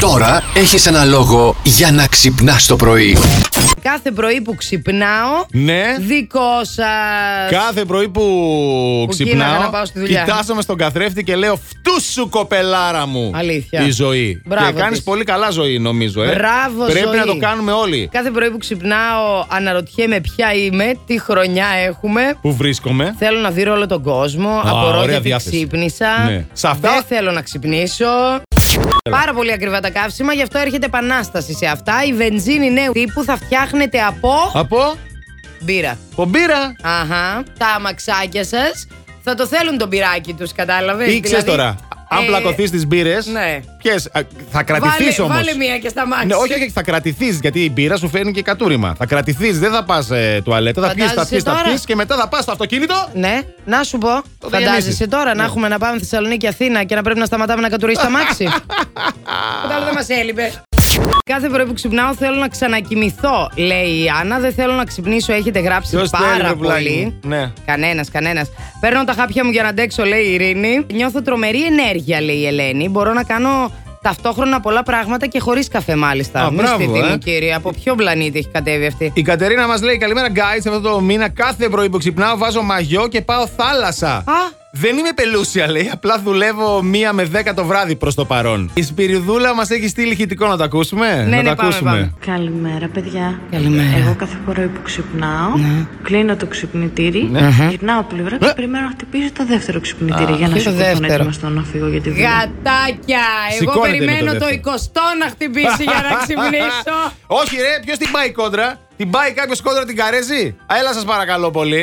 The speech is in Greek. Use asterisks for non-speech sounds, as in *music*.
Τώρα έχεις ένα λόγο για να ξυπνάς το πρωί. Κάθε πρωί που ξυπνάω, Ναι. δικό σας. Κάθε πρωί που Που κούναγα να ξυπνάω, πάω στη δουλειά. κοιτάζομαι στον καθρέφτη και λέω Φτού σου κοπελάρα μου! Αλήθεια. Η ζωή. Μπράβο και κάνεις της. πολύ καλά ζωή, νομίζω. Ε. Μπράβο, Πρέπει ζωή. να το κάνουμε όλοι. Κάθε πρωί που ξυπνάω, αναρωτιέμαι ποια είμαι, τι χρονιά έχουμε. Πού βρίσκομαι. Θέλω να δει όλο τον κόσμο. ωραία Απορώ γιατί διάθεση. ξύπνησα. Ναι. Σε αυτά- Δεν θέλω να ξυπνήσω. Πάρα πολύ ακριβά τα καύσιμα, γι' αυτό έρχεται επανάσταση σε αυτά. Η βενζίνη νέου τύπου θα φτιάχνεται από Από μπύρα. πομπίρα. Αχα. Τα αμαξάκια σας θα το θέλουν τον πυράκι τους, κατάλαβες. Ή ξέρει τώρα, αν πλακωθεί τι μπύρε. Ε, δηλαδή, ναι. Ποιες, α, θα ε, κρατηθεί Βάλε, όμως. βάλε μία και σταμάτησε. Ναι, όχι, όχι, θα κρατηθείς γιατί η μπύρα σου φέρνει και κατούριμα. Θα κρατηθείς, δεν θα πας τουαλέτα. Θα πιεις, θα Φαντάζεσαι πιεις, θα τώρα? πιεις και μετά θα πας στο αυτοκίνητο. Ναι, να σου πω. Το Φαντάζεσαι διανύσεις. τώρα να Ναι. έχουμε να πάμε Θεσσαλονίκη Αθήνα και να πρέπει να σταματάμε να κατουρίσει τα *laughs* μάξι. Το άλλο δεν μας έλειπε. Κάθε πρωί που ξυπνάω θέλω να ξανακοιμηθώ, λέει η Άννα. Δεν θέλω να ξυπνήσω, έχετε γράψει Ποιος θέλει, πάρα ρε πουλάκι πολύ. μου. Ναι. Κανένας, κανένας. Παίρνω τα χάπια μου για να αντέξω, λέει η Ειρήνη. Νιώθω τρομερή ενέργεια, λέει η Ελένη. Μπορώ να κάνω ταυτόχρονα πολλά πράγματα και χωρίς καφέ, μάλιστα. Α, Μη μπράβο, σπίτι ε. μου, κύριε. Από ποιο πλανήτη έχει κατέβει αυτή. Η Κατερίνα μας λέει: Καλημέρα, guys. Αυτό το μήνα κάθε πρωί που ξυπνάω βάζω μαγιό και πάω θάλασσα. Δεν είμαι πελούσια, λέει. Απλά δουλεύω μία με δέκα το βράδυ προς το παρόν. Η Σπυριδούλα μας έχει στείλει ηχητικό να το ακούσουμε. Ναι, να ναι, το πάμε, ακούσουμε. πάμε. Καλημέρα, παιδιά. Καλημέρα. Ναι. Εγώ κάθε πρωί που ξυπνάω, κλείνω το ξυπνητήρι, γυρνάω πλευρά και Ναι. περιμένω να χτυπήσει το δεύτερο ξυπνητήρι για να ποιο το σηκωθώ να δεύτερο? ετοιμαστώ να φύγω για τη δουλειά. Γατάκια! Εγώ Σηκώνεται περιμένω με το, το 20 να χτυπήσει για *laughs* να ξυπνήσω. Όχι, ρε, ποιος την πάει κόντρα. Την πάει κάποιος κόντρα την καρέζει. Α, Έλα, σας παρακαλώ πολύ.